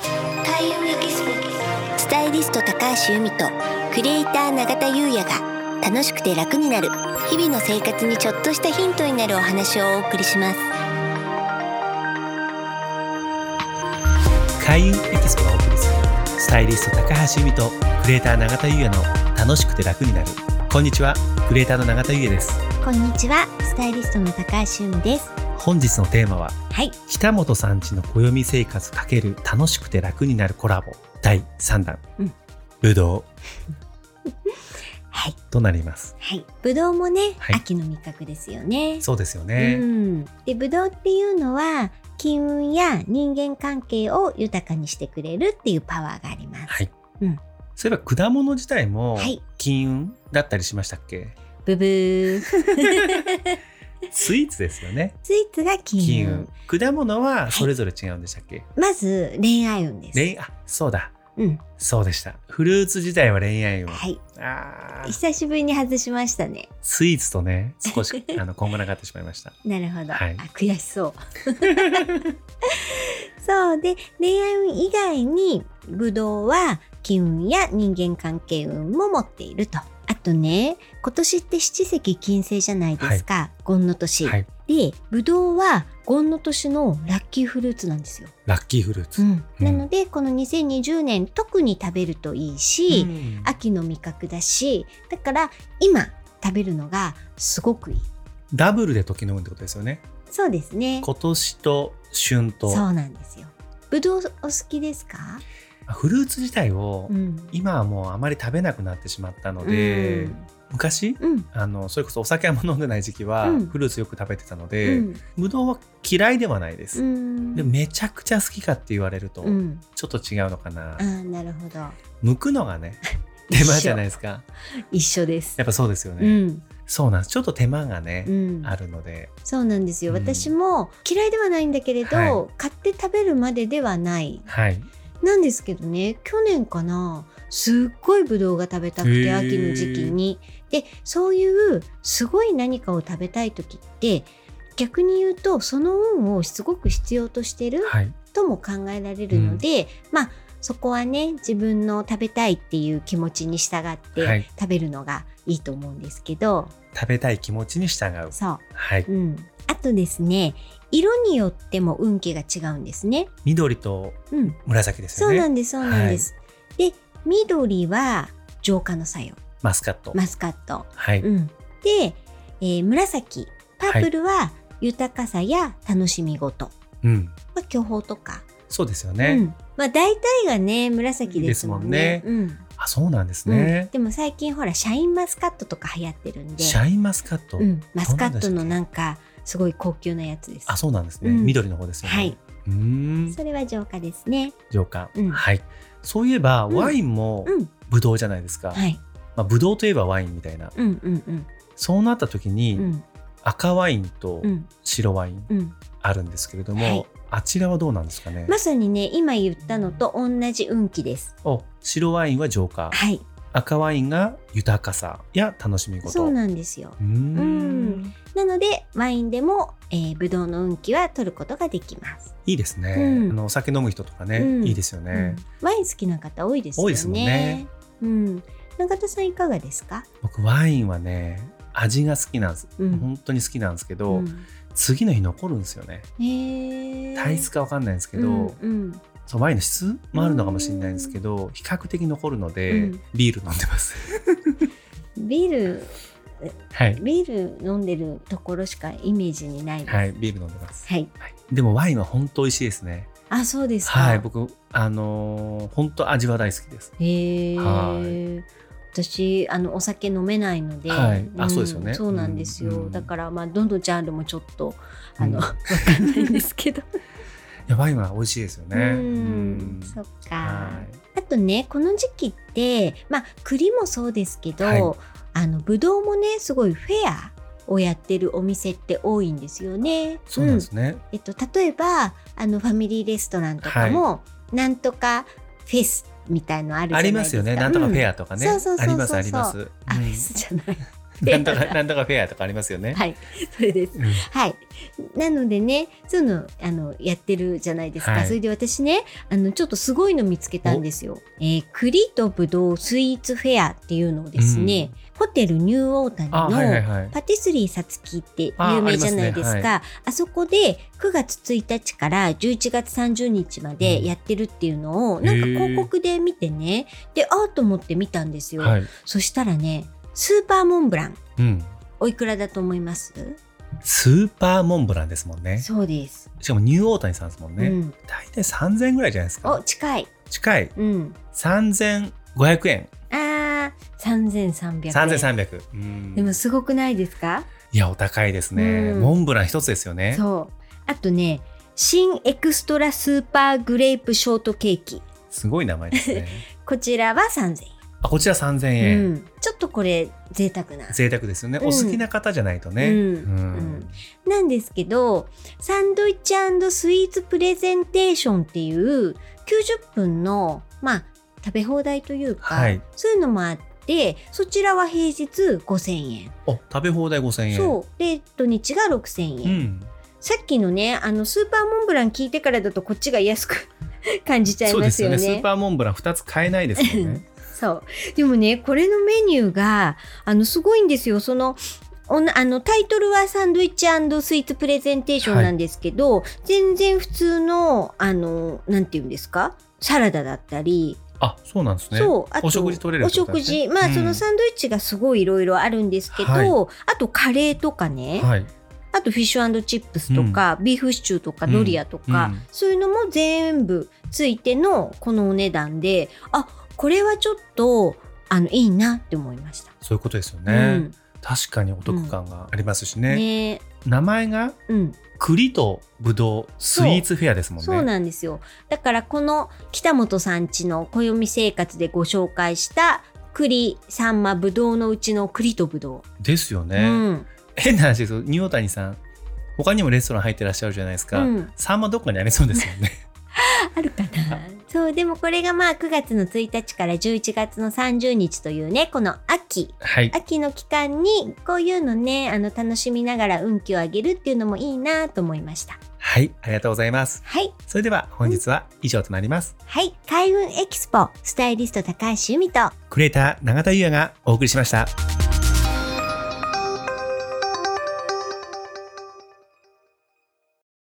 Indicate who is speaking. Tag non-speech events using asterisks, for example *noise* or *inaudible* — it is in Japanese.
Speaker 1: 田優也キススタイリスト高橋由美とクリエイター永田優也が楽しくて楽になる日々の生活にちょっとしたヒントになるお話をお送りします
Speaker 2: 開運エキスポがお送りするスタイリスト高橋由美とクリエイター永田優也の楽しくて楽になるこんにちはクリエイターの永田優也です
Speaker 1: こんにちはスタイリストの高橋由美です
Speaker 2: 本日のテーマは
Speaker 1: はい
Speaker 2: 北本さんちの暦生活×楽しくて楽になるコラボ第3弾、
Speaker 1: うん
Speaker 2: ぶど
Speaker 1: はい、
Speaker 2: うとなります
Speaker 1: はい、ぶどうもね、
Speaker 2: はい
Speaker 1: 秋の味覚ですよね
Speaker 2: そうですよ
Speaker 1: う
Speaker 2: ね、
Speaker 1: ん、でブドウっていうのは金運や人間関係を豊かにしてくれるっていうパワーがあります。
Speaker 2: はい、
Speaker 1: うん
Speaker 2: そういえば果物自体も
Speaker 1: はい
Speaker 2: 金運だったりしましたっ
Speaker 1: *laughs*
Speaker 2: け、
Speaker 1: ブブー
Speaker 2: スイーツですよね
Speaker 1: スイーツが金
Speaker 2: 金
Speaker 1: 運
Speaker 2: 運果物はそれぞれ違うんでしたっけ、
Speaker 1: まず恋愛運です。
Speaker 2: 恋あそうだ
Speaker 1: うん、
Speaker 2: そうでしたフルーツ自体は恋愛運、
Speaker 1: はい、
Speaker 2: あー
Speaker 1: 久しぶりに外しましたね。
Speaker 2: スイーツとね
Speaker 1: *laughs*
Speaker 2: 少しあのこんがらがってしまいました
Speaker 1: なるほど、
Speaker 2: はい
Speaker 1: あ悔しそう。 *laughs* そうで恋愛運以外にブドウは金運や人間関係運も持っていると。あとね今年って七石金星じゃないですか、権の年、
Speaker 2: はい
Speaker 1: でブドウは権の年のラッキーフルーツなんですよ。
Speaker 2: ラッキーフルーツ、うん
Speaker 1: なのでこの2020年特に食べるといいし、
Speaker 2: うん
Speaker 1: 秋の味覚だしだから今食べるのがすごくいい。
Speaker 2: ダブルで時の運ってことですよね
Speaker 1: そうですね。
Speaker 2: 今年と旬と
Speaker 1: そうなんですよ。ぶどうお好きですか？
Speaker 2: フルーツ自体を
Speaker 1: うん。
Speaker 2: 今はもうあまり食べなくなってしまったので、昔
Speaker 1: うん。
Speaker 2: あのそれこそお酒は飲んでない時期は
Speaker 1: うん
Speaker 2: フルーツよく食べてたの
Speaker 1: う
Speaker 2: で、
Speaker 1: ん。
Speaker 2: ぶどうは嫌いではないで
Speaker 1: う
Speaker 2: す、
Speaker 1: ん。
Speaker 2: でめちゃくちゃ好きかって言われると
Speaker 1: うん。
Speaker 2: ちょっと違うのかな、
Speaker 1: あーなるほど。
Speaker 2: 剥くのがね *laughs* 手
Speaker 1: 一緒
Speaker 2: 間じゃないですか
Speaker 1: 一緒です。
Speaker 2: やっぱそうですよ
Speaker 1: う
Speaker 2: ね、
Speaker 1: ん。
Speaker 2: そうなんですちょっと手間がね、
Speaker 1: うん。
Speaker 2: あるので
Speaker 1: そうなんですよ。
Speaker 2: うん
Speaker 1: 私も嫌いではないんだけれど、
Speaker 2: は
Speaker 1: 買って食べるまでではない。
Speaker 2: はい
Speaker 1: なんですけどね、去年かな、すっごいブドウが食べたく
Speaker 2: へ
Speaker 1: て、
Speaker 2: ー
Speaker 1: 秋の時期に。で、そういうすごい何かを食べたい時って、逆に言うと、その運をすごく必要としてる
Speaker 2: はい
Speaker 1: とも考えられるので、まあそこはね自分の食べたいっていう気持ちに従っ
Speaker 2: は
Speaker 1: て
Speaker 2: い
Speaker 1: 食べるのがいいと思うんですけど、
Speaker 2: 食べたい気持ちに従う
Speaker 1: そ、
Speaker 2: はいう
Speaker 1: うん、あとですね色によっても運気が違うんですね。
Speaker 2: 緑と
Speaker 1: うん、
Speaker 2: 紫です
Speaker 1: そ
Speaker 2: よ
Speaker 1: うな
Speaker 2: ね
Speaker 1: んですそうなんです。で緑は浄化の作用
Speaker 2: マスカット、
Speaker 1: マスカット。
Speaker 2: はい、
Speaker 1: うん、で、えー紫パープルは豊かさや楽しみ事、
Speaker 2: うん、
Speaker 1: まあ、巨峰とか、
Speaker 2: そうですよ
Speaker 1: う
Speaker 2: ね、
Speaker 1: んまあ、大体がね紫ですもんね。
Speaker 2: です
Speaker 1: うん
Speaker 2: あそうなんです
Speaker 1: うん
Speaker 2: ね、、
Speaker 1: でも最近ほらシャインマスカットとか流行ってるんで
Speaker 2: シャインマスカット、
Speaker 1: うん、マスカットのなんかすごい高級なやつです
Speaker 2: あそうなんですね、
Speaker 1: うん
Speaker 2: 緑の方ですよね、
Speaker 1: はいう
Speaker 2: ーん
Speaker 1: それは浄化ですね
Speaker 2: 浄化、
Speaker 1: うん
Speaker 2: はいそういえば、
Speaker 1: うん
Speaker 2: ワインも
Speaker 1: うん
Speaker 2: ブドウじゃないですか、
Speaker 1: はい
Speaker 2: まあ、ブドウといえばワインみたいな
Speaker 1: うんうんうん
Speaker 2: そうなった時に、
Speaker 1: うん
Speaker 2: 赤ワインと
Speaker 1: うん
Speaker 2: 白ワイン
Speaker 1: うん
Speaker 2: あるんですけれども、
Speaker 1: はい
Speaker 2: あちらはどうなんですかね、
Speaker 1: まさにね今言ったのと同じ運気です
Speaker 2: お白ワインは浄化
Speaker 1: はい
Speaker 2: 赤ワインが豊かさや楽しみ事
Speaker 1: そうなんですよ
Speaker 2: うーん
Speaker 1: うんなのでワインでも、えー、ブドウの運気は取ることができます、
Speaker 2: いいですね、
Speaker 1: うん
Speaker 2: あのお酒飲む人とかね、
Speaker 1: うん
Speaker 2: いいですよね、
Speaker 1: うん、ワイン好きな方多いですよね
Speaker 2: 多いですもんね
Speaker 1: うん、永田さんいかがですか、
Speaker 2: 僕ワインはね味が好きなんです、
Speaker 1: うん
Speaker 2: 本当に好きなんですけど、
Speaker 1: うん
Speaker 2: 次の日残るんですよね
Speaker 1: へー
Speaker 2: 体質かわかんないんですけど、
Speaker 1: うんうん
Speaker 2: そうワインの質もあるのかもしれないんですけど、比較的残るので、
Speaker 1: うん
Speaker 2: ビール飲んでます。 *laughs*
Speaker 1: ビール
Speaker 2: はい、
Speaker 1: ビール飲んでるところしかイメージにないです。
Speaker 2: はい、ビール飲んでます。
Speaker 1: はい。
Speaker 2: はい、でもワインは本当美味しいですね。
Speaker 1: あ、そうですか。
Speaker 2: はい、僕あのー本当味は大好きです。
Speaker 1: へえ。
Speaker 2: は
Speaker 1: 私あのお酒飲めないので、
Speaker 2: はいあそうですよね
Speaker 1: そうなんですよ。
Speaker 2: うん
Speaker 1: だからまあどのジャンルもちょっとあの、 *laughs*
Speaker 2: う
Speaker 1: わ
Speaker 2: ん
Speaker 1: かんないんですけど。
Speaker 2: いやワインは美味しいですよね。
Speaker 1: うん。そっか。
Speaker 2: はい、
Speaker 1: あとねこの時期ってまあ栗もそうですけど、
Speaker 2: はい
Speaker 1: あのブドウもねすごいフェアをやってるお店って多いんですよね。
Speaker 2: そうなんですね。
Speaker 1: えっと、例えばあのファミリーレストランとかも、なんとかフェスみたいのあるじゃな
Speaker 2: あ
Speaker 1: い
Speaker 2: り
Speaker 1: で
Speaker 2: ます
Speaker 1: か。
Speaker 2: すよね。なんとかフ
Speaker 1: うん
Speaker 2: ェアとかね。
Speaker 1: そうそうそうそう
Speaker 2: ありますあります。
Speaker 1: あ、
Speaker 2: うん
Speaker 1: フェスじゃない。
Speaker 2: なんとか、なんとかフェアとかありますよ
Speaker 1: *laughs*
Speaker 2: ね。
Speaker 1: はい、それです。
Speaker 2: うん
Speaker 1: はい。なのでね、そういうの、あの、やってるじゃないですか。
Speaker 2: はい
Speaker 1: それで私ね、あの、ちょっとすごいの見つけたんですよ。えー栗とぶどうスイーツフェアっていうのをですね、ホテルニューオータニ
Speaker 2: あ、はいはい
Speaker 1: の
Speaker 2: はい。
Speaker 1: パティスリーさつきって有名じゃないですか。あ
Speaker 2: あありますね
Speaker 1: そこで9月1日から11月30日までやってるっていうのを、
Speaker 2: うん
Speaker 1: なんか
Speaker 2: へー
Speaker 1: 広告で見てね、で、ああと思って見たんですよ。
Speaker 2: はい。
Speaker 1: そしたらね、スーパーモンブラン、
Speaker 2: うん。
Speaker 1: おいくらだと思います
Speaker 2: スーパーモンブランですもんね。
Speaker 1: そうです。
Speaker 2: しかもニューオータニさんですもん
Speaker 1: う
Speaker 2: ね。
Speaker 1: ん、
Speaker 2: 大体3000円ぐらいじゃないです
Speaker 1: お
Speaker 2: か。
Speaker 1: 近い。
Speaker 2: 近い。
Speaker 1: うん。
Speaker 2: 3500円。
Speaker 1: ああ、三千三百円。
Speaker 2: 3300。うん
Speaker 1: でもすごくないですか？
Speaker 2: いや、お高いですね。
Speaker 1: うん
Speaker 2: モンブラン一つですよね。
Speaker 1: そう。あとね、新エクストラスーパーグレープショートケーキ。
Speaker 2: すごい名前で
Speaker 1: *laughs*
Speaker 2: すね。
Speaker 1: こちらは三千
Speaker 2: あ、こちら3000
Speaker 1: 円。
Speaker 2: 円。
Speaker 1: うん。ちょっとこれ贅沢な。
Speaker 2: 贅沢ですよね。
Speaker 1: うん
Speaker 2: お好きな方じゃないとね。
Speaker 1: うん
Speaker 2: うん
Speaker 1: なんですけど、サンドイッチスイーツプレゼンテーションっていう90分のまあ食べ放題というか、
Speaker 2: はい
Speaker 1: そういうのもあって、そちらは平日5000円。
Speaker 2: お、食べ放題5000円。
Speaker 1: そう。で土日が6000円。
Speaker 2: ん。
Speaker 1: さっきのね、あのスーパーモンブラン聞いてからだとこっちが安く *laughs* 感じちゃい
Speaker 2: そう
Speaker 1: ま
Speaker 2: ですす
Speaker 1: よね。
Speaker 2: よね。
Speaker 1: そ
Speaker 2: ス
Speaker 1: う
Speaker 2: ーパーモンブラン2つ買えないですもんね。
Speaker 1: でもね、これのメニューが、あの、すごいんですよ。その、おなあのタイトルはサンドイッチスイーツプレゼンテーションなんですけど、全然普通の、あの、なんていうんですかサラダだったり、
Speaker 2: あ、そうなんですね。
Speaker 1: そう、あ
Speaker 2: お食事取れる
Speaker 1: お
Speaker 2: ってこと
Speaker 1: 食
Speaker 2: ですね
Speaker 1: 事。まあ、
Speaker 2: うん
Speaker 1: そのサンドイッチがすごいいろいろあるんですけど、
Speaker 2: はい
Speaker 1: あとカレーとかね、
Speaker 2: はい。
Speaker 1: あとフィッシュチップスとか、ビーフシチューとかドリアとか、
Speaker 2: うんうん
Speaker 1: そういうのも全部ついてのこのお値段であこれはちょっとあのいいなって思いました。
Speaker 2: そういうことですよね。
Speaker 1: うん
Speaker 2: 確かにお得感がありますしね。
Speaker 1: ね
Speaker 2: 名前が
Speaker 1: うん、
Speaker 2: 栗とぶどうスイーツフェアですもんね。
Speaker 1: そうなんですよだからこの北本さんちの暦生活でご紹介した栗サンマぶどうのうちの栗とぶど
Speaker 2: ですよ
Speaker 1: う、
Speaker 2: ね。
Speaker 1: うん
Speaker 2: 変な話ですよ。ニューオータニさん、他にもレストラン入ってらっしゃるじゃないです
Speaker 1: う
Speaker 2: か。
Speaker 1: ん、
Speaker 2: サンマどっかにありそうですよ
Speaker 1: *laughs*
Speaker 2: ね。
Speaker 1: あるかなそうでもこれがまあ9月の1日から11月の30日というねこの秋
Speaker 2: はい。
Speaker 1: 秋の期間にこういうのねあの楽しみながら運気を上げるっていうのもいいなと思いました
Speaker 2: はい。ありがとうございます。
Speaker 1: はい
Speaker 2: それでは本日は以上となります。
Speaker 1: はい開運エキスポスタイリスト高橋由美と
Speaker 2: クリエイター永田優也がお送りしました。